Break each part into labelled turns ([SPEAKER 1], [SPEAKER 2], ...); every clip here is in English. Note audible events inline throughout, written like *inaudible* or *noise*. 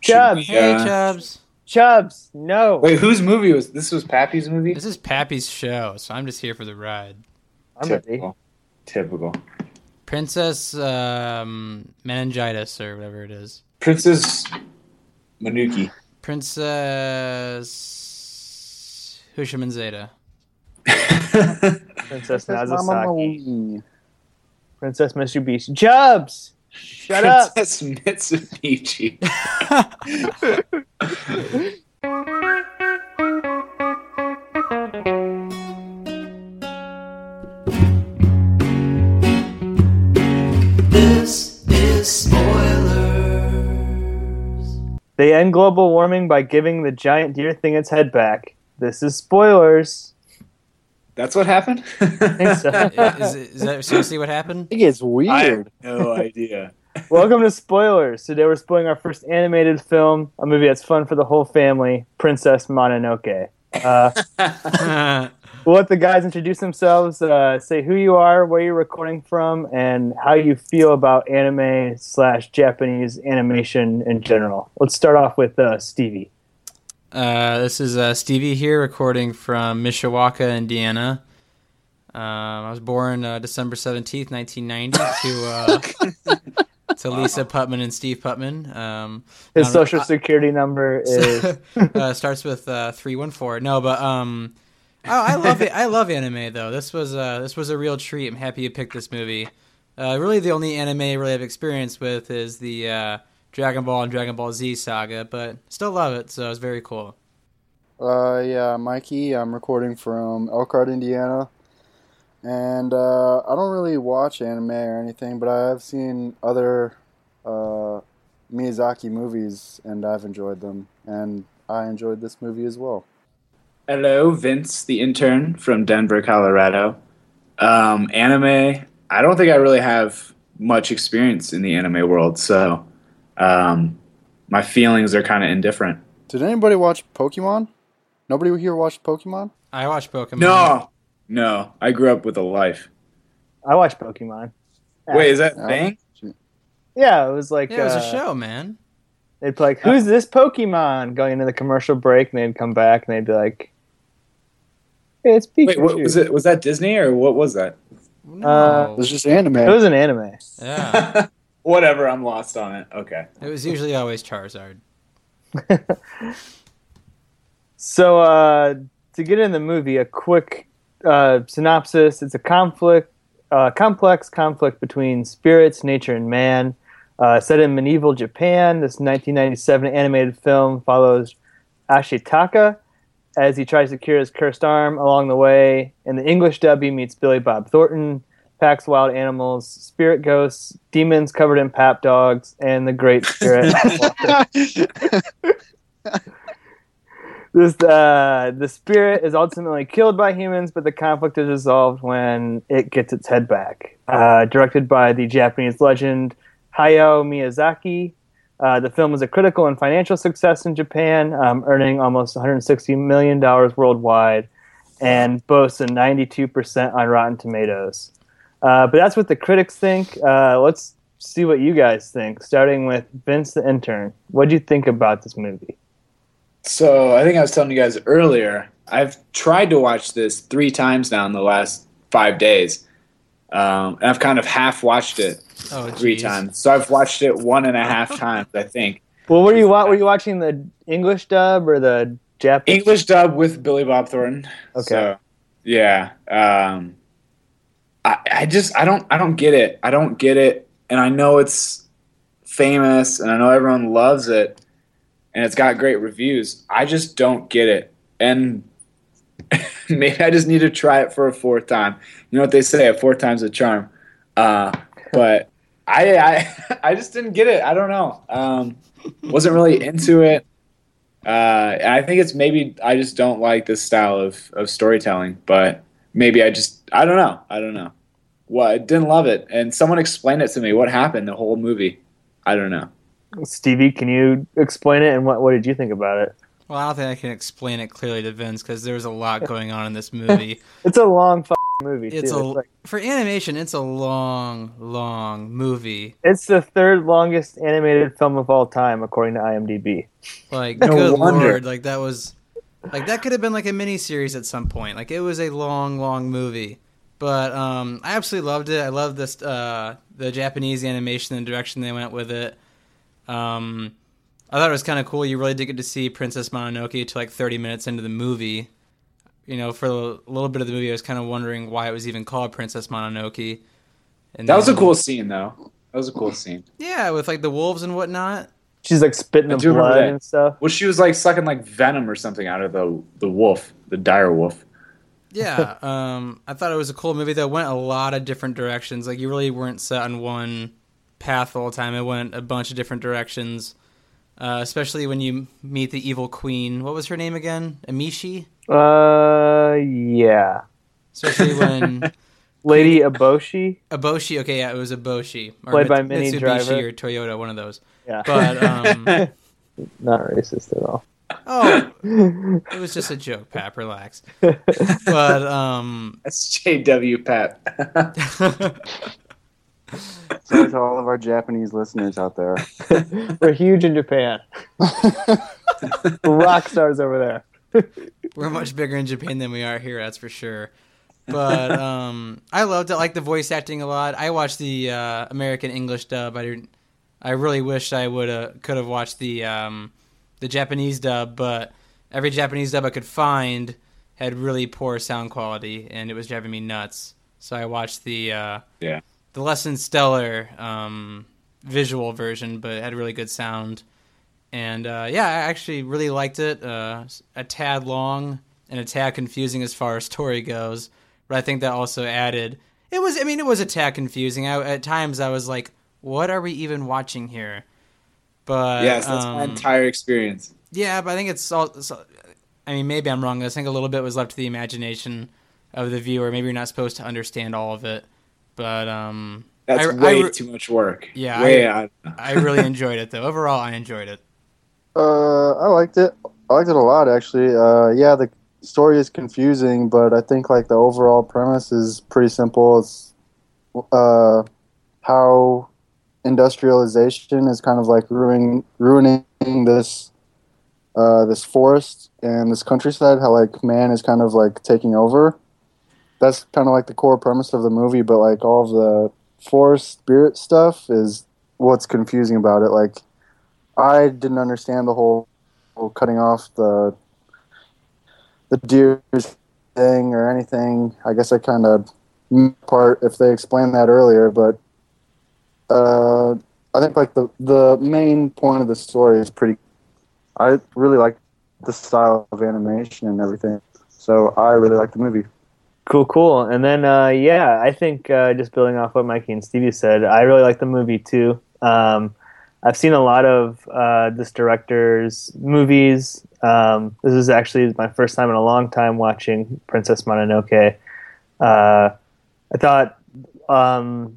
[SPEAKER 1] Chubbs.
[SPEAKER 2] Hey,
[SPEAKER 3] Yeah.
[SPEAKER 2] Chubbs.
[SPEAKER 1] Chubbs, no.
[SPEAKER 3] Wait, whose movie was this? Was Pappy's movie?
[SPEAKER 2] This is Pappy's show, so I'm just here for the ride.
[SPEAKER 1] I'm a
[SPEAKER 3] Typical. Typical.
[SPEAKER 2] Princess um, meningitis or whatever it is.
[SPEAKER 3] Princess Manuki.
[SPEAKER 2] Princess Hushaman Zeta.
[SPEAKER 1] Princess
[SPEAKER 4] Princess Mama
[SPEAKER 1] Nazasaki.
[SPEAKER 4] Mia.
[SPEAKER 1] Princess Mitsubishi. Chubbs! Shut up!
[SPEAKER 3] Princess Mitsubishi.
[SPEAKER 1] They end global warming by giving the giant deer thing its head back. This is spoilers.
[SPEAKER 3] That's what happened?
[SPEAKER 1] think so.
[SPEAKER 2] is, is that seriously
[SPEAKER 1] *laughs*
[SPEAKER 2] what happened? *laughs*
[SPEAKER 4] I think
[SPEAKER 3] *laughs*
[SPEAKER 4] it's
[SPEAKER 3] I have
[SPEAKER 4] weird.
[SPEAKER 3] no idea.
[SPEAKER 1] Welcome to spoilers. Today we're spoiling our first animated film, a movie that's fun for the whole family, Princess Mononoke. Uh,
[SPEAKER 2] Uh,
[SPEAKER 1] we'll let the guys introduce themselves, uh, say who you are, where you're recording from, and how you feel about anime slash Japanese animation in general. Let's start off with uh, Stevie.
[SPEAKER 2] Uh, this is uh, Stevie here, recording from Mishawaka, Indiana. Um, I was born uh, December seventeenth, nineteen ninety, to uh, to Lisa Putman and Steve Putman. Um,
[SPEAKER 1] His
[SPEAKER 2] Um,
[SPEAKER 1] social
[SPEAKER 2] I-
[SPEAKER 1] security
[SPEAKER 2] *laughs*
[SPEAKER 1] number is
[SPEAKER 2] uh, starts with uh, three one four. No, but um, I, I love it. I love anime though. This was uh, this was a real treat. I'm happy you picked this movie. Uh, really, the only anime really I've experienced with is the uh, Dragon Ball and Dragon Ball Z saga, but still love it. So it's very cool.
[SPEAKER 4] Uh, yeah, Mikey. I'm recording from Elkhart, Indiana, and uh, I don't really watch anime or anything, but I have seen other uh, Miyazaki movies, and I've enjoyed them, and I enjoyed this movie as well.
[SPEAKER 3] Hello, Vince, the intern from Denver, Colorado. Um, anime. I don't think I really have much experience in the anime world, so um, my feelings are kind of indifferent.
[SPEAKER 4] Did anybody watch Pokemon? Nobody here watched Pokemon.
[SPEAKER 2] I watched Pokemon.
[SPEAKER 3] No, no. I grew up with a life.
[SPEAKER 1] I watch Pokemon.
[SPEAKER 3] Wait, is that a
[SPEAKER 4] No.
[SPEAKER 3] thing?
[SPEAKER 1] Yeah, it was like
[SPEAKER 2] yeah, it was
[SPEAKER 1] uh,
[SPEAKER 2] a show, man.
[SPEAKER 1] They'd be like, "Who's this Pokemon?" Going into the commercial break, and they'd come back and they'd be like, "It's Pikachu."
[SPEAKER 3] Wait, what was it? Was that Disney or what was that?
[SPEAKER 2] No.
[SPEAKER 4] It
[SPEAKER 3] uh,
[SPEAKER 4] was just anime.
[SPEAKER 1] It was an anime.
[SPEAKER 2] yeah,
[SPEAKER 3] *laughs* Whatever, I'm lost on it. Okay.
[SPEAKER 2] it was usually always Charizard.
[SPEAKER 1] *laughs* So uh, to get in the movie, a quick uh, synopsis: It's a conflict, uh, complex conflict between spirits, nature, and man. Uh, set in medieval Japan, this 1997 animated film follows Ashitaka as he tries to cure his cursed arm. Along the way, in the English dub, he meets Billy Bob Thornton, packs wild animals, spirit ghosts, demons covered in pap dogs, and the Great Spirit.
[SPEAKER 4] *laughs*
[SPEAKER 1] this uh, the spirit is ultimately killed by humans, but the conflict is resolved when it gets its head back. Uh, directed by the Japanese legend Hayao Miyazaki, uh, the film was a critical and financial success in Japan, um, earning almost 160 million dollars worldwide, and boasts a 92 percent on Rotten Tomatoes. Uh, but that's what the critics think. Uh, let's see what you guys think. Starting with Vince the intern, what do you think about this movie?
[SPEAKER 3] So I think I was telling you guys earlier. I've tried to watch this three times now in the last five days, um, and I've kind of half watched it
[SPEAKER 2] Oh,
[SPEAKER 3] three
[SPEAKER 2] geez.
[SPEAKER 3] times. So I've watched it one and a
[SPEAKER 2] *laughs*
[SPEAKER 3] half times, I think.
[SPEAKER 1] Well, were you wa- were you watching the English dub or the Japanese?
[SPEAKER 3] English dub with Billy Bob Thornton.
[SPEAKER 1] Okay.
[SPEAKER 3] So, yeah. Um, I, I just I don't I don't get it. I don't get it. And I know it's famous, and I know everyone loves it, and it's got great reviews. I just don't get it. And *laughs* maybe I just need to try it for a fourth time. You know what they say? A four times a charm. Uh, but I, I *laughs* I just didn't get it. I don't know. Um, wasn't really into it. Uh, and I think it's maybe I just don't like this style of, of storytelling, but maybe I just I don't know. I don't know. Well, I didn't love it, and someone explained it to me. What happened the whole movie? I don't know.
[SPEAKER 1] Stevie, can you explain it and what what did you think about it?
[SPEAKER 2] Well, I don't think I can explain it clearly to Vince because there's a lot going on in this movie.
[SPEAKER 1] It's a long f- movie. too.
[SPEAKER 2] It's a
[SPEAKER 1] like,
[SPEAKER 2] for animation. It's a long, long movie.
[SPEAKER 1] it's the third longest animated film of all time, according to IMDb.
[SPEAKER 2] Like,
[SPEAKER 3] No
[SPEAKER 2] good
[SPEAKER 3] wonder.
[SPEAKER 2] lord, like that was, like that could have been like a mini series at some point. Like it was a long, long movie. But um, I absolutely loved it. I loved this uh, the Japanese animation and direction they went with it. Um, I thought it was kind of cool. You really did get to see Princess Mononoke to like 30 minutes into the movie. You know, for a little bit of the movie, I was kind of wondering why it was even called Princess Mononoke. And
[SPEAKER 3] That was a
[SPEAKER 2] then-
[SPEAKER 3] cool scene, though. That was a cool scene.
[SPEAKER 2] yeah, with like the wolves and whatnot.
[SPEAKER 1] She's like spitting
[SPEAKER 3] I
[SPEAKER 1] the
[SPEAKER 3] do remember
[SPEAKER 1] blood
[SPEAKER 3] that.
[SPEAKER 1] and stuff.
[SPEAKER 3] Well, she was like sucking like venom or something out of the the wolf, the dire wolf.
[SPEAKER 1] *laughs*
[SPEAKER 2] yeah um i thought it was a cool movie that went a lot of different directions like you really weren't set on one path the whole time it went a bunch of different directions uh, especially when you meet the evil queen what was her name again amishi
[SPEAKER 1] Uh, yeah. *laughs*
[SPEAKER 2] especially when
[SPEAKER 1] Lady Eboshi.
[SPEAKER 2] Eboshi. Okay, yeah, it was Eboshi. Or
[SPEAKER 1] Played by
[SPEAKER 2] Mits-
[SPEAKER 1] Minnie
[SPEAKER 2] Mitsubishi
[SPEAKER 1] Driver.
[SPEAKER 2] or Toyota, one of those.
[SPEAKER 1] Yeah.
[SPEAKER 2] But um,
[SPEAKER 3] *laughs*
[SPEAKER 1] Not racist at all. *laughs*
[SPEAKER 2] oh, it was just a joke, Pap. Relax. But um, *laughs*
[SPEAKER 3] That's JW Pat.
[SPEAKER 4] Sorry to all of our Japanese listeners out *laughs* there.
[SPEAKER 1] We're huge in Japan. We're rock stars over there.
[SPEAKER 2] We're much bigger in Japan than we are here, that's for sure. But um, I loved it. I liked the voice acting a lot. I watched the uh, American English dub. I didn't. I really wish I would have could have watched the um, the Japanese dub, but every Japanese dub I could find had really poor sound quality, and it was driving me nuts. So I watched the uh,
[SPEAKER 3] Yeah.
[SPEAKER 2] the less than stellar um, visual version, but it had really good sound and uh, yeah, I actually really liked it. Uh, a tad long and a tad confusing as far as story goes, but I think that also added. It was, I mean, it was a tad confusing. I, at times, I was like, "What are we even watching here?" But
[SPEAKER 3] yes, that's my
[SPEAKER 2] um,
[SPEAKER 3] entire experience.
[SPEAKER 2] yeah, but I think it's all. so- I mean, maybe I'm wrong. I think a little bit was left to the imagination of the viewer. Maybe you're not supposed to understand all of it, but um,
[SPEAKER 3] That's
[SPEAKER 2] I, I
[SPEAKER 3] way
[SPEAKER 2] re-
[SPEAKER 3] too much work.
[SPEAKER 2] Yeah,
[SPEAKER 3] way
[SPEAKER 2] I-
[SPEAKER 3] out. *laughs*
[SPEAKER 2] I really enjoyed it though. Overall, I enjoyed it.
[SPEAKER 4] Uh, I liked it. I liked it a lot, actually. Uh, yeah, the story is confusing, but I think like the overall premise is pretty simple. It's uh, how industrialization is kind of like ruining ruining this uh, this forest and this countryside. How like man is kind of like taking over. That's kind of like the core premise of the movie. But like all of the forest spirit stuff is what's confusing about it. Like I didn't understand the whole, whole cutting off the the deer's thing or anything. I guess I kind of missed part if they explained that earlier, but uh, I think like the the main point of the story is pretty. I really like the style of animation and everything, so I really like the movie.
[SPEAKER 1] Cool, cool. And then, uh, yeah, I think uh, just building off what Mikey and Stevie said, I really like the movie too. Um, I've seen a lot of uh, this director's movies. Um, this is actually my first time in a long time watching Princess Mononoke. Uh, I thought um,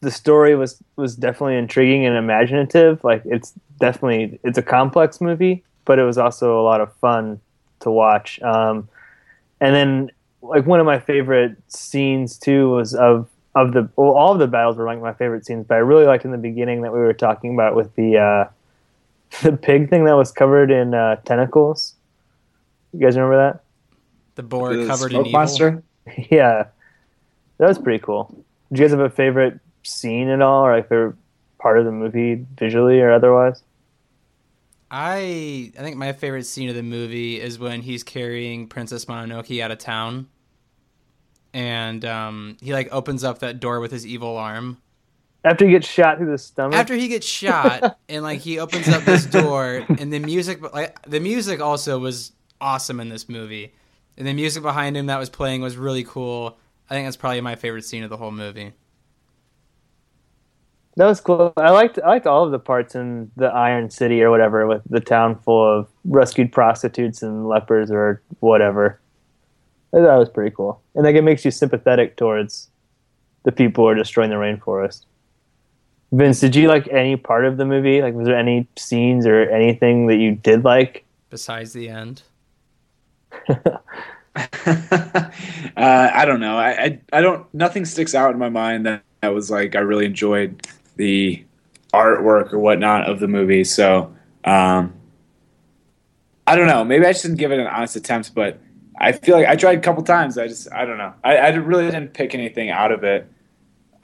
[SPEAKER 1] the story was was definitely intriguing and imaginative. Like it's definitely it's a complex movie, but it was also a lot of fun to watch. Um, and then like one of my favorite scenes too was of of the well, all of the battles were like my favorite scenes, but I really liked in the beginning that we were talking about with the uh, *laughs* the pig thing that was covered in uh, tentacles. You guys remember that?
[SPEAKER 2] The board
[SPEAKER 3] The
[SPEAKER 2] covered in
[SPEAKER 3] smoke
[SPEAKER 2] evil.
[SPEAKER 3] monster.
[SPEAKER 1] *laughs* Yeah, that was pretty cool. Do you guys have a favorite scene at all, or like favorite part of the movie visually or otherwise?
[SPEAKER 2] I I think my favorite scene of the movie is when he's carrying Princess Mononoke out of town, and um, he like opens up that door with his evil arm.
[SPEAKER 1] After he gets shot through the stomach,
[SPEAKER 2] After he
[SPEAKER 1] *laughs*
[SPEAKER 2] gets shot, and like he opens up this door, and the music, like the music also was awesome in this movie, and the music behind him that was playing was really cool. I think that's probably my favorite scene of the whole movie.
[SPEAKER 1] that was cool. I liked I liked all of the parts in the Iron City or whatever, with the town full of rescued prostitutes and lepers or whatever. I thought that was pretty cool, and like it makes you sympathetic towards the people who are destroying the rainforest. Vince, did you like any part of the movie? Like, was there any scenes or anything that you did like?
[SPEAKER 2] besides the end?
[SPEAKER 3] *laughs* uh, I don't know. I, I I don't. Nothing sticks out in my mind that I was like I really enjoyed the artwork or whatnot of the movie. So um, I don't know. Maybe I just didn't give it an honest attempt, but I feel like I tried a couple times. I just I don't know. I, I really didn't pick anything out of it.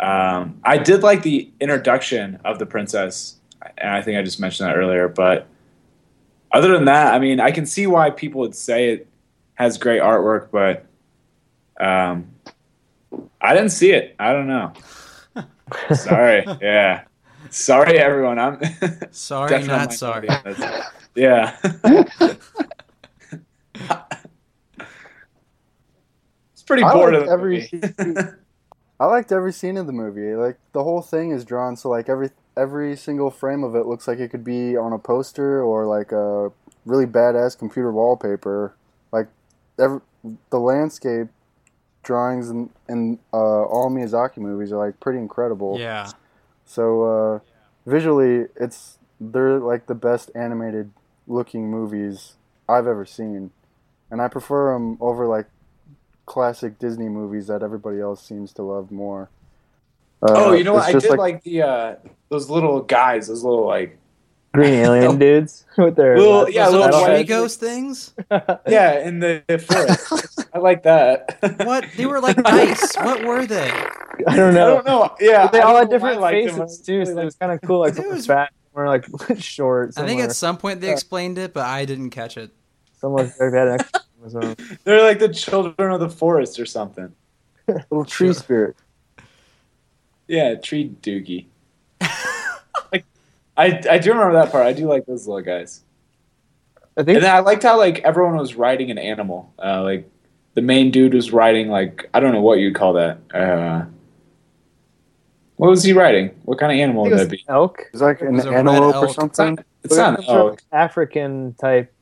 [SPEAKER 3] Um, I did like the introduction of the princess, and I think I just mentioned that earlier. But other than that, I mean, I can see why people would say it has great artwork, but um, I didn't see it. I don't know.
[SPEAKER 2] *laughs*
[SPEAKER 3] Sorry. Yeah. Sorry, everyone. I'm *laughs*
[SPEAKER 2] Sorry,
[SPEAKER 3] definitely
[SPEAKER 2] not
[SPEAKER 3] my
[SPEAKER 2] sorry.
[SPEAKER 3] That's- yeah. *laughs* it's pretty
[SPEAKER 4] I
[SPEAKER 3] bored
[SPEAKER 4] liked
[SPEAKER 3] of the
[SPEAKER 4] every-
[SPEAKER 3] movie.
[SPEAKER 4] I liked every scene of the movie. Like the whole thing is drawn so like every every single frame of it looks like it could be on a poster or like a really badass computer wallpaper. Like every, the landscape drawings in, in uh, all Miyazaki movies are like pretty incredible.
[SPEAKER 2] Yeah.
[SPEAKER 4] So uh, visually, it's they're like the best animated looking movies I've ever seen, and I prefer them over like classic Disney movies that everybody else seems to love more. Uh,
[SPEAKER 3] oh, you know what?
[SPEAKER 4] it's
[SPEAKER 3] I
[SPEAKER 4] just
[SPEAKER 3] did like, the uh, those little guys. Those little like
[SPEAKER 1] *laughs* Green alien dudes *laughs* with their
[SPEAKER 3] Little- yeah,
[SPEAKER 2] Those
[SPEAKER 3] little
[SPEAKER 2] little tree
[SPEAKER 3] white-
[SPEAKER 2] ghost things.
[SPEAKER 3] yeah in the the forest. I like that.
[SPEAKER 2] What they were like dice. What were they?
[SPEAKER 1] *laughs* I don't
[SPEAKER 3] *laughs* I
[SPEAKER 1] know.
[SPEAKER 3] don't know. Yeah,
[SPEAKER 1] But they
[SPEAKER 3] I
[SPEAKER 1] all
[SPEAKER 3] don't
[SPEAKER 1] had
[SPEAKER 3] know why I
[SPEAKER 1] different
[SPEAKER 3] liked them.
[SPEAKER 1] faces too, so it
[SPEAKER 3] Really
[SPEAKER 1] was kind of cool. Like
[SPEAKER 2] It
[SPEAKER 1] some
[SPEAKER 2] was-
[SPEAKER 1] was fat, or like *laughs* short.
[SPEAKER 2] I
[SPEAKER 1] Somewhere.
[SPEAKER 2] think at some point they explained it, but I didn't catch it.
[SPEAKER 1] someone they had an extra chromosome.
[SPEAKER 3] like- they're like the children of the forest or something.
[SPEAKER 4] little tree
[SPEAKER 2] Sure.
[SPEAKER 4] spirit.
[SPEAKER 3] Yeah, tree doogie. like, I I do remember that part. I do like those little guys.
[SPEAKER 1] I think
[SPEAKER 3] And then I liked how like everyone was riding an animal. Uh, like the main dude was riding like I don't know what you'd call that. Uh, what was he riding? What kind of
[SPEAKER 1] I
[SPEAKER 3] animal
[SPEAKER 1] think
[SPEAKER 3] would
[SPEAKER 1] it was
[SPEAKER 3] that be?
[SPEAKER 1] elk.
[SPEAKER 4] It's like
[SPEAKER 2] It
[SPEAKER 4] an
[SPEAKER 2] was a red
[SPEAKER 4] antelope or
[SPEAKER 2] elk.
[SPEAKER 3] It's not,
[SPEAKER 2] *laughs*
[SPEAKER 4] something.
[SPEAKER 3] it's not oh, an
[SPEAKER 1] Some sort of
[SPEAKER 3] elk.
[SPEAKER 1] African type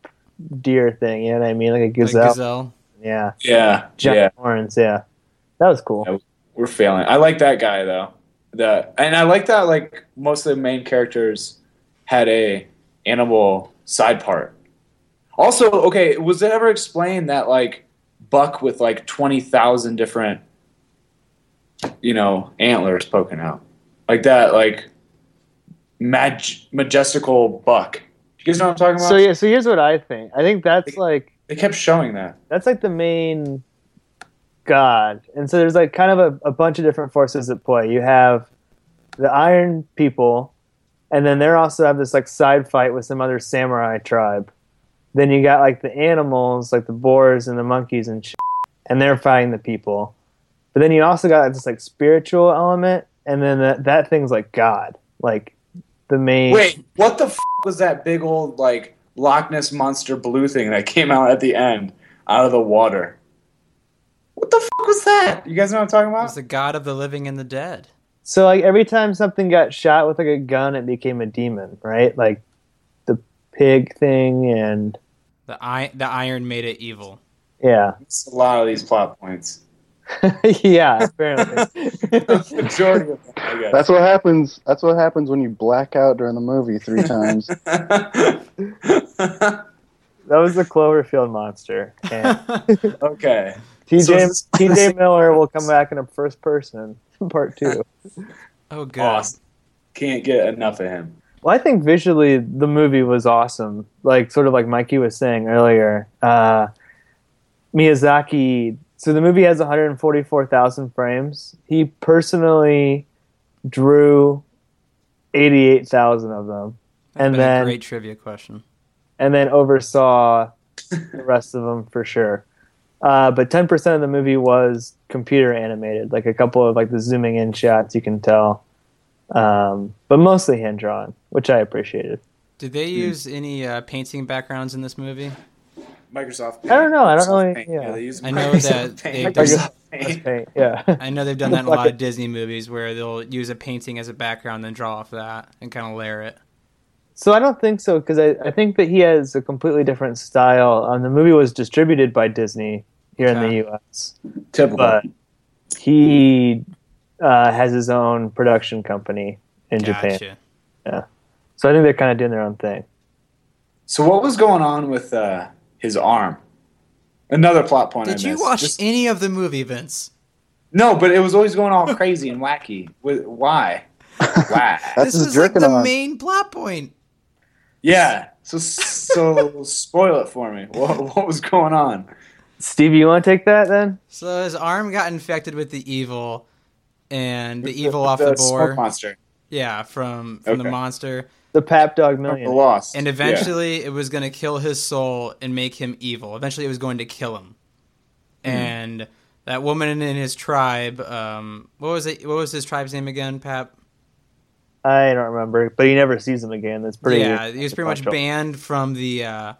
[SPEAKER 1] deer thing. You know what I mean? Like a
[SPEAKER 2] Like
[SPEAKER 1] gazelle.
[SPEAKER 2] gazelle.
[SPEAKER 1] Yeah,
[SPEAKER 3] Yeah,
[SPEAKER 1] giant
[SPEAKER 3] yeah.
[SPEAKER 1] horns. Yeah, that was cool.
[SPEAKER 3] Yeah. We're failing. I like that guy though. The and I like that like most of the main characters had a animal side part. Also, okay, was it ever explained that like buck with like twenty thousand different you know antlers poking out like that like mag- majestical buck? You guys know what I'm talking about?
[SPEAKER 1] So yeah, so here's what I think. I think that's like
[SPEAKER 3] They kept showing that.
[SPEAKER 1] that's like the main god and so there's like kind of a, a bunch of different forces at play you have the iron people and then they're also have this like side fight with some other samurai tribe then you got like the animals like the boars and the monkeys and shit, and they're fighting the people but then you also got like, this like spiritual element and then that, that thing's like god like the main
[SPEAKER 3] Wait, what the f- was that big old like Loch Ness monster blue thing that came out at the end out of the water? What the f- was that? You guys know what I'm talking
[SPEAKER 2] It
[SPEAKER 3] about?
[SPEAKER 2] was the god of the living and the dead.
[SPEAKER 1] So like every time something got shot with like a gun, it became a demon, right? Like the pig thing, and
[SPEAKER 2] The I- the iron made it evil.
[SPEAKER 1] yeah, *laughs*
[SPEAKER 3] It's a lot of these plot points.
[SPEAKER 1] yeah. Apparently,
[SPEAKER 3] Majority of them, I guess.
[SPEAKER 4] That's what happens. That's what happens when you black out during the
[SPEAKER 2] *laughs*
[SPEAKER 4] movie three times.
[SPEAKER 1] that was the Cloverfield monster.
[SPEAKER 2] *laughs*
[SPEAKER 1] And
[SPEAKER 3] *laughs* okay. So
[SPEAKER 1] TJ
[SPEAKER 3] it's-
[SPEAKER 1] TJ Miller will come back in a first person *laughs* part two.
[SPEAKER 2] oh god.
[SPEAKER 3] Awesome. Can't get enough of him.
[SPEAKER 1] Well, I think visually the movie was awesome. Like sort of like Mikey was saying earlier, uh, Miyazaki. So the movie has 144,000 frames. He personally drew 88,000 of them, and
[SPEAKER 2] Been a
[SPEAKER 1] then
[SPEAKER 2] great trivia question.
[SPEAKER 1] and then oversaw the rest of them for sure. Uh, but 10% of the movie was computer animated, like a couple of like the zooming in shots you can tell, um, but mostly hand drawn, which I appreciated.
[SPEAKER 2] Did
[SPEAKER 1] Hmm.
[SPEAKER 2] they use any uh, painting backgrounds in this movie?
[SPEAKER 3] Microsoft.
[SPEAKER 1] I don't know. I don't
[SPEAKER 3] Microsoft
[SPEAKER 1] really-
[SPEAKER 3] Paint.
[SPEAKER 1] yeah.
[SPEAKER 3] they use
[SPEAKER 2] I know
[SPEAKER 3] Microsoft
[SPEAKER 2] that
[SPEAKER 3] Paint.
[SPEAKER 2] they've
[SPEAKER 1] *laughs*
[SPEAKER 3] Microsoft
[SPEAKER 1] That's
[SPEAKER 3] Paint.
[SPEAKER 1] great. Yeah. *laughs*
[SPEAKER 2] I know they've done that in a lot of Disney movies where they'll use a painting as a background, then draw off that and kind of layer it.
[SPEAKER 1] So I don't think so because I, I think that he has a completely different style. Um, the movie was distributed by Disney here in the U.S.,
[SPEAKER 3] Typical.
[SPEAKER 1] but he uh, has his own production company in Japan.
[SPEAKER 2] Gotcha.
[SPEAKER 1] So I think they're kind of doing their own thing.
[SPEAKER 3] So what was going on with uh, his arm? Another plot point. I
[SPEAKER 2] Did you
[SPEAKER 3] missed.
[SPEAKER 2] watch
[SPEAKER 3] Just-
[SPEAKER 2] any of the movie, Vince?
[SPEAKER 3] no, but it was always going all crazy and wacky. Wh- Why? Why?
[SPEAKER 4] That's
[SPEAKER 2] this
[SPEAKER 4] his
[SPEAKER 2] was like
[SPEAKER 4] jerking
[SPEAKER 2] the
[SPEAKER 4] on.
[SPEAKER 2] main plot point.
[SPEAKER 3] yeah. So so spoil it for me. What, what was going on?
[SPEAKER 1] Stevie, you want to take that then?
[SPEAKER 2] So his arm got infected with the evil, and the
[SPEAKER 3] With
[SPEAKER 2] evil
[SPEAKER 3] with
[SPEAKER 2] off the,
[SPEAKER 3] smoke
[SPEAKER 2] board.
[SPEAKER 3] monster.
[SPEAKER 2] Yeah, from from the
[SPEAKER 3] Okay.
[SPEAKER 2] monster,
[SPEAKER 1] The Pap Dog
[SPEAKER 3] The
[SPEAKER 1] Million.
[SPEAKER 3] lost.
[SPEAKER 2] and
[SPEAKER 3] Yeah. *laughs*
[SPEAKER 2] eventually it was going to kill his soul and make him evil. Eventually, it was going to kill him, and that woman in his tribe. Um, what was it? What was his tribe's name again, Pap?
[SPEAKER 1] I don't remember, but he never sees him again. That's pretty.
[SPEAKER 2] yeah, he was pretty much
[SPEAKER 1] consequential.
[SPEAKER 2] banned from the uh,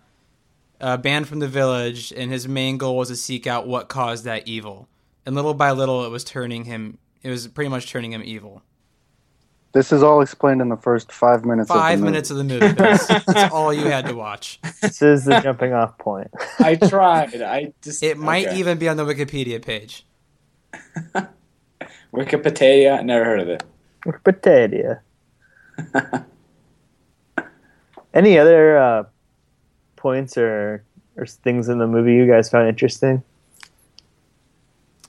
[SPEAKER 2] uh, banned from the village, and his main goal was to seek out what caused that evil. And little by little, it was turning him. It was pretty much turning him evil.
[SPEAKER 4] This is all explained in the first five minutes.
[SPEAKER 2] Five
[SPEAKER 4] of the movie.
[SPEAKER 2] minutes of the movie. That's, that's all you had to watch.
[SPEAKER 1] This is the jumping off point. *laughs*
[SPEAKER 3] I tried. I just
[SPEAKER 2] It might
[SPEAKER 3] okay.
[SPEAKER 2] even be on the Wikipedia page.
[SPEAKER 3] Wikipedia. Never heard of it. *laughs*
[SPEAKER 1] Potato. Any other uh, points or or things in the movie you guys
[SPEAKER 3] *laughs*
[SPEAKER 1] found interesting?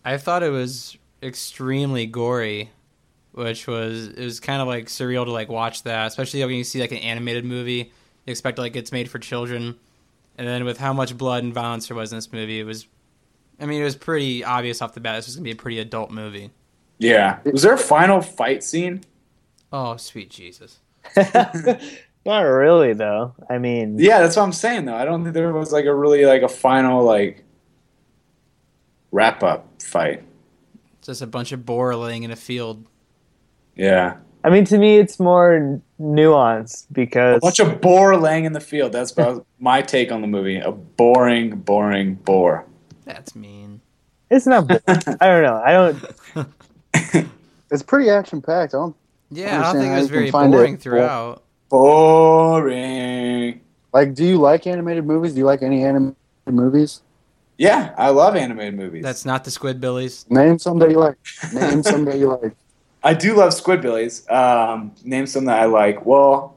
[SPEAKER 2] I thought it was extremely gory, which was it was kind of like surreal to like watch that, especially when you see like an animated movie. You expect like it's made for children, and then with how much blood and violence there was in this movie, it was. I mean, it was pretty obvious off the bat. This was gonna be a pretty adult movie.
[SPEAKER 3] Yeah. Was there a final fight scene?
[SPEAKER 2] Oh, sweet Jesus!
[SPEAKER 1] Not really, though. I mean,
[SPEAKER 3] Yeah, that's what I'm saying though. I don't think there was like a really like a final like wrap up fight.
[SPEAKER 2] It's just a bunch of boar laying in a field.
[SPEAKER 3] Yeah.
[SPEAKER 1] I mean to me, it's more nuanced because
[SPEAKER 3] A bunch of boar laying in the field. That's about my take on the movie. A boring, boring boar.
[SPEAKER 2] That's mean.
[SPEAKER 1] it's not. I don't know. I don't.
[SPEAKER 4] It's pretty action packed. I don't
[SPEAKER 2] Yeah, I don't
[SPEAKER 4] Understand
[SPEAKER 2] think
[SPEAKER 4] how
[SPEAKER 2] it was
[SPEAKER 4] you can
[SPEAKER 2] very
[SPEAKER 4] find it
[SPEAKER 2] boring
[SPEAKER 4] both.
[SPEAKER 2] throughout.
[SPEAKER 3] *laughs* Boring.
[SPEAKER 4] like. Do you like animated movies? Do you like any animated movies?
[SPEAKER 3] Yeah, I love animated movies.
[SPEAKER 2] That's not the Squidbillies.
[SPEAKER 4] Name some that you like. Name some that you like.
[SPEAKER 3] *laughs* I do love Squidbillies. Um, name some that I like. Well,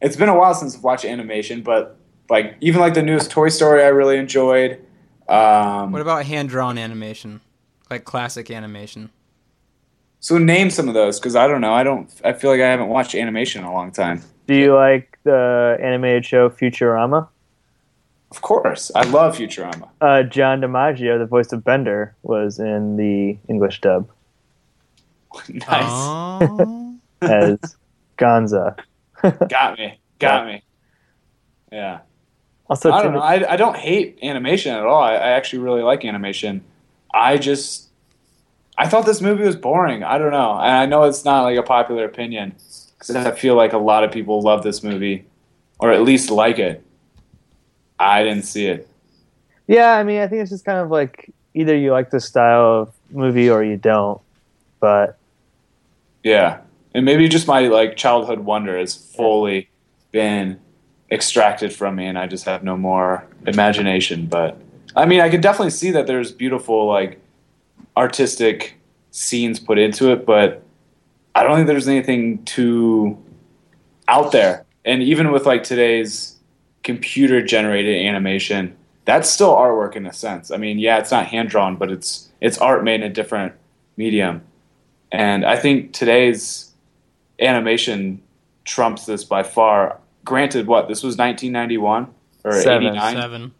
[SPEAKER 3] it's been a while since I've watched animation, but like even like the newest Toy Story, I really enjoyed. Um,
[SPEAKER 2] What about hand drawn animation, like classic animation?
[SPEAKER 3] So name some of those because I don't know. I don't. I feel like I haven't watched animation in a long time.
[SPEAKER 1] Do you like the animated show Futurama?
[SPEAKER 3] Of course, I love Futurama. *laughs*
[SPEAKER 1] Uh, John DiMaggio, the voice of Bender, was in the English dub
[SPEAKER 3] nice,
[SPEAKER 2] *laughs* Oh.
[SPEAKER 3] *laughs*
[SPEAKER 1] as Gonza.
[SPEAKER 3] got me, got me. Yeah,
[SPEAKER 1] Also,
[SPEAKER 3] I don't
[SPEAKER 1] Timothy-
[SPEAKER 3] know. I, I don't hate animation at all. I, I actually really like animation. I just I thought this movie was boring. I don't know, and I know it's not like a popular opinion because I feel like a lot of people love this movie or at least like it. I didn't see it.
[SPEAKER 1] Yeah, I mean, I think it's just kind of like either you like this style of movie or you don't. But
[SPEAKER 3] Yeah. And maybe just my like childhood wonder has fully been extracted from me and I just have no more imagination. But I mean I could definitely see that there's beautiful like artistic scenes put into it, but I don't think there's anything too out there. And even with like today's computer generated animation, that's still artwork in a sense. I mean, yeah, it's not hand drawn, but it's it's art made in a different medium. And I think today's animation trumps this by far. Granted, what this was 1991 or
[SPEAKER 1] Seven.
[SPEAKER 3] 89,
[SPEAKER 2] Seven.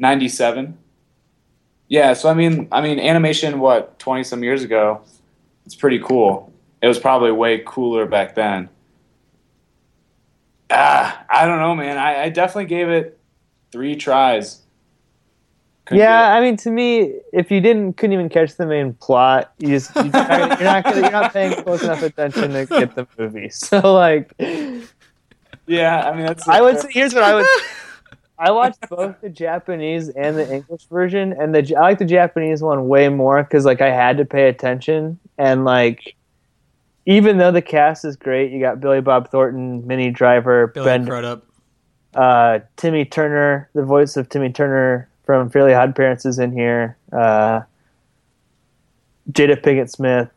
[SPEAKER 3] 97. Yeah, so I mean, I mean, animation what 20 some years ago, it's pretty cool. It was probably way cooler back then. Ah, I don't know, man. I, I definitely gave it three tries. Couldn't
[SPEAKER 1] yeah,
[SPEAKER 3] get
[SPEAKER 1] I mean, to me, if you didn't, couldn't even catch the main plot, you just you just- you're not gonna, you're not paying close enough attention to get the movie. *laughs* So like,
[SPEAKER 3] it. yeah. I mean, that's
[SPEAKER 1] I would say here's what I would. I watched both the Japanese and the English version, and the I like the Japanese one way more because like I had to pay attention, and like even though the cast is great, you got Billy Bob Thornton, Minnie Driver,
[SPEAKER 2] Billy
[SPEAKER 1] Bender,
[SPEAKER 2] Crudup.
[SPEAKER 1] uh, Timmy Turner, the voice of Timmy Turner from Fairly Odd Parents is in here. Uh, Jada Pinkett Smith,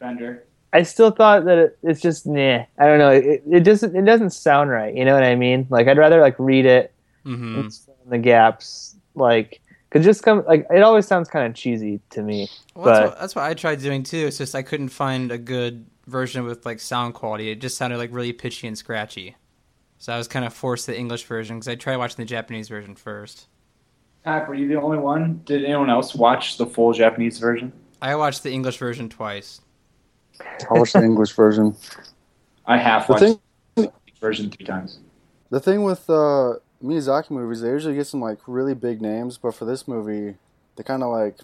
[SPEAKER 3] Bender.
[SPEAKER 1] I still thought that it, it's just nah. I don't know. It, it doesn't it doesn't sound right. You know what I mean? Like I'd rather like read it
[SPEAKER 2] Mm-hmm.
[SPEAKER 1] and fill in the gaps. Like could just come like it always sounds kind of cheesy to me.
[SPEAKER 2] Well, that's,
[SPEAKER 1] but-
[SPEAKER 2] what, that's what I tried doing too. It's just I couldn't find a good version with like sound quality. It just sounded like really pitchy and scratchy. So I was kind of forced the English version because I tried watching the Japanese version first.
[SPEAKER 3] Pat, were you the only one? Did anyone else watch the full Japanese version?
[SPEAKER 2] I watched the English version twice.
[SPEAKER 4] I
[SPEAKER 3] *laughs*
[SPEAKER 4] watched the English version.
[SPEAKER 3] I half
[SPEAKER 4] The
[SPEAKER 3] watched
[SPEAKER 4] thing,
[SPEAKER 3] the Japanese version three times.
[SPEAKER 4] the thing with uh, Miyazaki movies, they usually get some like really big names, but for this movie, they kind of like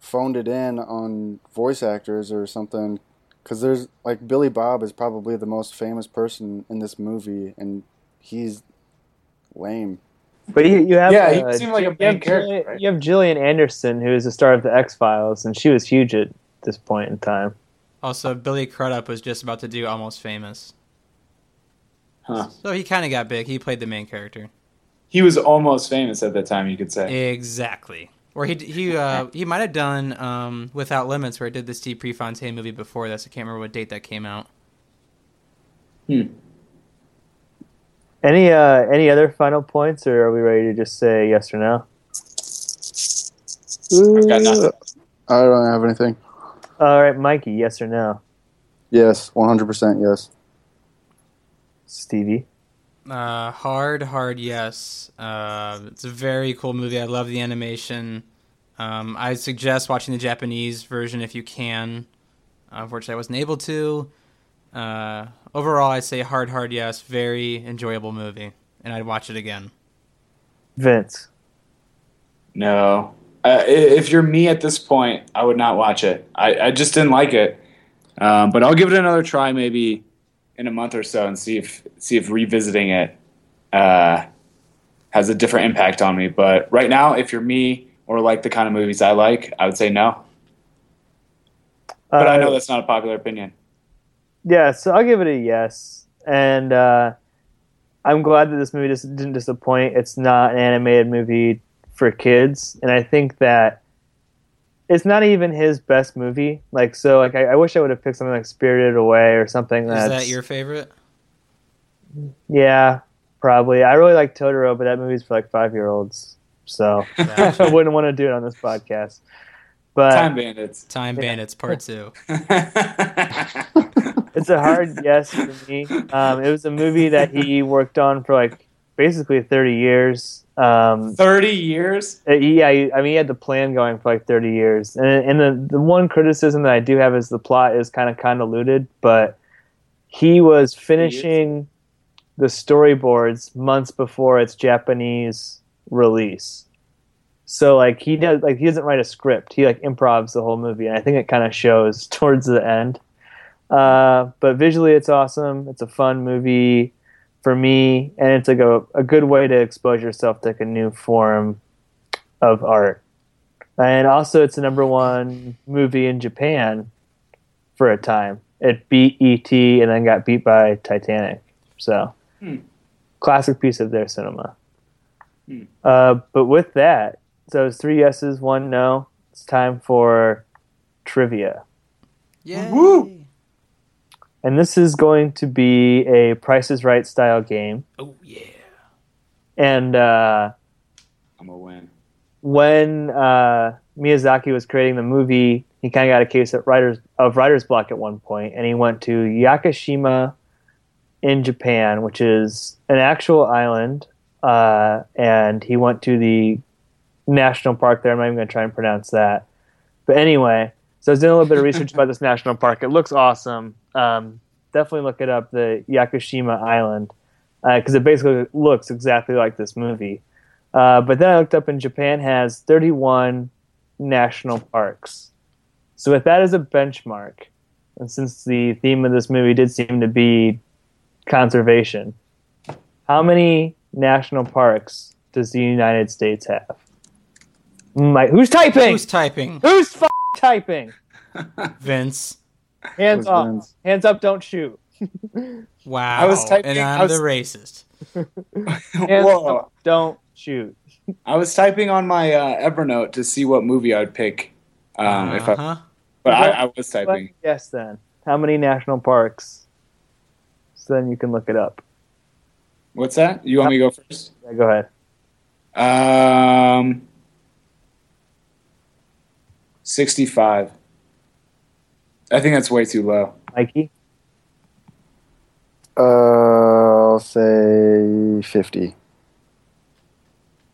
[SPEAKER 4] phoned it in on voice actors or something. Because there's like Billy Bob is probably the most famous person in this movie, and he's lame.
[SPEAKER 1] But you, you have
[SPEAKER 3] Yeah,
[SPEAKER 1] uh,
[SPEAKER 3] he seemed like a
[SPEAKER 1] you have
[SPEAKER 3] main character,
[SPEAKER 1] Gillian,
[SPEAKER 3] right?
[SPEAKER 1] you have Gillian Anderson who is the star of the X Files, and she was huge at this point in time.
[SPEAKER 2] Also, Billy Crudup was just about to do Almost Famous,
[SPEAKER 3] Huh.
[SPEAKER 2] so he kind of got big. He played the main character.
[SPEAKER 3] He was almost famous at that time, you could say.
[SPEAKER 2] Exactly. Or he he uh, he might have done um, Without Limits, where I did the Steve Prefontaine movie before this. I can't remember what date that came out.
[SPEAKER 3] Hmm.
[SPEAKER 1] Any uh any other final points, or are we ready to just say yes or no?
[SPEAKER 3] I've got nothing.
[SPEAKER 4] I don't have anything.
[SPEAKER 1] All right, Mikey, yes or no?
[SPEAKER 4] Yes, 100% yes.
[SPEAKER 1] Stevie,
[SPEAKER 2] Uh, hard, hard, yes. Uh, it's a very cool movie. I love the animation. Um, I suggest watching the Japanese version if you can. Unfortunately, I wasn't able to. Uh, overall, I say hard, hard, yes. Very enjoyable movie, and I'd watch it again.
[SPEAKER 1] Vince.
[SPEAKER 3] No. Uh, i- if you're me at this point, I would not watch it. I, I just didn't like it. Um, but I'll give it another try maybe in a month or so and see if see if revisiting it uh, has a different impact on me. But right now, if you're me or like the kind of movies I like, I would say no. But I
[SPEAKER 1] Uh,
[SPEAKER 3] know that's not a popular opinion.
[SPEAKER 1] Yeah, so I'll give it a yes, and uh, I'm glad that this movie just didn't disappoint. It's not an animated movie for kids, and I think that it's not even his best movie. Like, so like I, I wish I would have picked something like Spirited Away or something.
[SPEAKER 2] Is
[SPEAKER 1] That's,
[SPEAKER 2] that your favorite?
[SPEAKER 1] Yeah, probably. I really like Totoro, but that movie's for like five year olds, so *laughs*
[SPEAKER 3] *laughs*
[SPEAKER 1] I wouldn't want to do it on this podcast. But
[SPEAKER 3] Time Bandits. *laughs*
[SPEAKER 2] Time Bandits Part Two.
[SPEAKER 1] it's a hard yes for me. Um, it was a movie that he worked on for like basically 30 years. Um,
[SPEAKER 3] 30 years?
[SPEAKER 1] Uh, yeah, I I mean, he had the plan going for like 30 years. And, and the, the one criticism that I do have is the plot is kind of convoluted, but he was finishing the storyboards months before its Japanese release. So like he does like he doesn't write a script. He like improvs the whole movie and I think it kind of shows *laughs* towards the end. Uh, but visually it's awesome. It's a fun movie for me and it's like a, a good way to expose yourself to like a new form of art. And also, it's the number one movie in Japan for a time. It beat E.T. and then got beat by Titanic. So,
[SPEAKER 3] Hmm.
[SPEAKER 1] classic piece of their cinema.
[SPEAKER 3] Hmm.
[SPEAKER 1] Uh, but with that, so it's three yeses, one no. It's time for trivia.
[SPEAKER 2] Yeah.
[SPEAKER 3] Woo!
[SPEAKER 1] And this is going to be a Price is Right style game.
[SPEAKER 2] Oh yeah.
[SPEAKER 1] And, uh,
[SPEAKER 3] I'm going to win. *laughs*
[SPEAKER 1] when uh, Miyazaki was creating the movie, he kind of got a case of writers of writer's block at one point, and he went to Yakushima in Japan, which is an actual island, uh, and he went to the national park there. I'm not even going to try and pronounce that, but anyway, so I was doing a little bit of research about this national park. It looks awesome. Um, definitely look it up, the Yakushima Island, because it basically looks exactly like this movie. Uh, but then I looked up, and Japan has 31 national parks. So, with that as a benchmark, and since the theme of this movie did seem to be conservation, how many national parks does the United States have? My, who's typing?
[SPEAKER 2] Who's typing?
[SPEAKER 1] Who's f-
[SPEAKER 4] *laughs*
[SPEAKER 1] typing?
[SPEAKER 2] Vince.
[SPEAKER 1] Hands
[SPEAKER 4] Who's
[SPEAKER 1] up.
[SPEAKER 4] wins?
[SPEAKER 1] Hands up, don't
[SPEAKER 4] *laughs*
[SPEAKER 1] shoot.
[SPEAKER 2] Wow.
[SPEAKER 3] was typing-
[SPEAKER 2] And I'm
[SPEAKER 3] I was-
[SPEAKER 2] the racist.
[SPEAKER 1] Hands
[SPEAKER 3] Whoa.
[SPEAKER 1] up, don't shoot.
[SPEAKER 3] I was typing on my uh, Evernote to see what movie I'd pick. Um, if I,
[SPEAKER 2] Uh-huh.
[SPEAKER 3] but I, I was typing.
[SPEAKER 1] Yes, then. how many national parks? So then you can look it up.
[SPEAKER 3] What's that? You want me to go first?
[SPEAKER 1] Yeah, go ahead.
[SPEAKER 3] Um, 65. I think that's way too low. *laughs*
[SPEAKER 1] Mikey?
[SPEAKER 4] Uh, I'll say 50.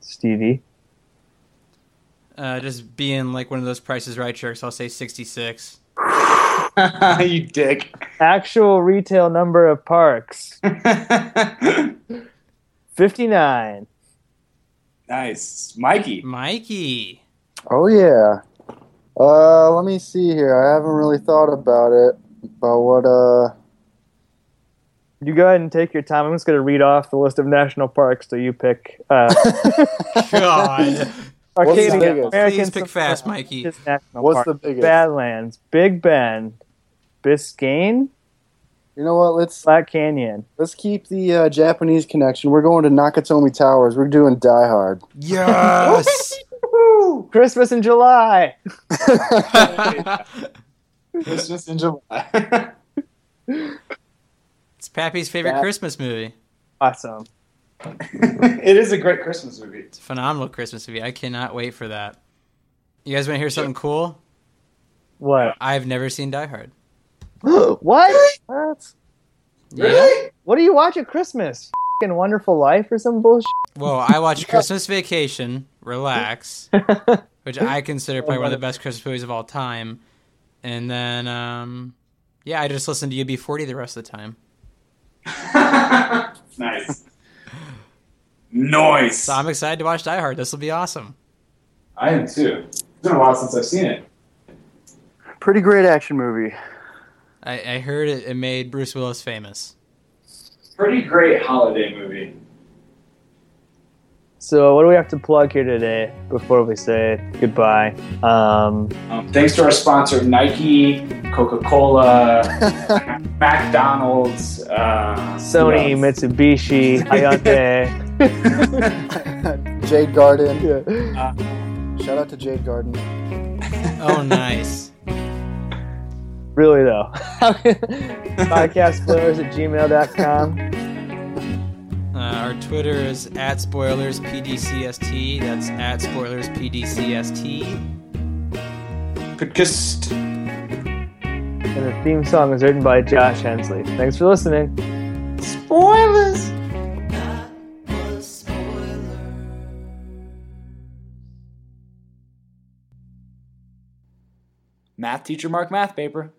[SPEAKER 1] Stevie?
[SPEAKER 2] Uh, just being like one of those prices right shirts, I'll say 66.
[SPEAKER 3] you dick. *laughs*
[SPEAKER 1] Actual retail number of parks fifty nine.
[SPEAKER 3] nice. Mikey.
[SPEAKER 2] Mikey.
[SPEAKER 4] Oh, yeah. Uh, let me see here. I haven't really thought about it. About what, uh,
[SPEAKER 1] You go ahead and take your time. I'm just going to read off the list of national parks so you pick.
[SPEAKER 4] *laughs*
[SPEAKER 1] Uh,
[SPEAKER 2] God.
[SPEAKER 4] the
[SPEAKER 1] Arcadia,
[SPEAKER 4] biggest?
[SPEAKER 1] American
[SPEAKER 2] Please pick
[SPEAKER 1] Samoa,
[SPEAKER 2] fast, Mikey.
[SPEAKER 1] Natchez National
[SPEAKER 4] *laughs* What's
[SPEAKER 1] Park,
[SPEAKER 4] the biggest?
[SPEAKER 1] Badlands, Big Bend, Biscayne,
[SPEAKER 4] You know what? Let's
[SPEAKER 1] Black Canyon.
[SPEAKER 4] let's keep the uh, Japanese connection. We're going to Nakatomi Towers. We're doing Die Hard.
[SPEAKER 2] *laughs*
[SPEAKER 1] *laughs*
[SPEAKER 2] Yes.
[SPEAKER 1] Christmas in July.
[SPEAKER 2] it's
[SPEAKER 3] Christmas in July. *laughs*
[SPEAKER 2] Pappy's favorite Christmas movie.
[SPEAKER 1] Awesome.
[SPEAKER 3] it is a great Christmas movie.
[SPEAKER 2] It's a phenomenal Christmas movie. I cannot wait for that. You guys want to hear something cool?
[SPEAKER 1] What?
[SPEAKER 2] I've never seen Die Hard.
[SPEAKER 1] what? What?
[SPEAKER 2] Yeah.
[SPEAKER 1] What do you watch at Christmas? Fucking Wonderful Life or some bullshit? *laughs*
[SPEAKER 2] Whoa, I watched Christmas Vacation, Relax, which I consider probably one of the best Christmas movies of all time. And then, um, yeah, I just listened to UB40 the rest of the time.
[SPEAKER 3] *laughs* nice. Nice.
[SPEAKER 2] So I'm excited to watch Die Hard. This will be awesome.
[SPEAKER 3] I am too. It's been a while since I've seen it.
[SPEAKER 4] *laughs* Pretty great action movie.
[SPEAKER 2] I, I heard it, it made Bruce Willis famous.
[SPEAKER 3] Pretty great holiday movie.
[SPEAKER 1] So, what do we have to plug here today before we say goodbye? Um,
[SPEAKER 3] Um, thanks to our sponsor Nike, Coca Cola, *laughs* McDonald's, uh,
[SPEAKER 1] Sony,
[SPEAKER 3] who else?
[SPEAKER 1] Mitsubishi, Hyundai.
[SPEAKER 4] *laughs* Jade Garden.
[SPEAKER 3] Uh,
[SPEAKER 4] Shout out to Jade Garden.
[SPEAKER 2] Oh, nice.
[SPEAKER 1] really, though. *laughs* Podcastplayers at gmail.com.
[SPEAKER 2] Uh, our Twitter is at spoilers pdcst. That's at spoilers pdcst.
[SPEAKER 3] Kissed.
[SPEAKER 1] And the theme song is written by Josh Hensley. Thanks for listening.
[SPEAKER 3] Spoilers. Math teacher Mark math paper.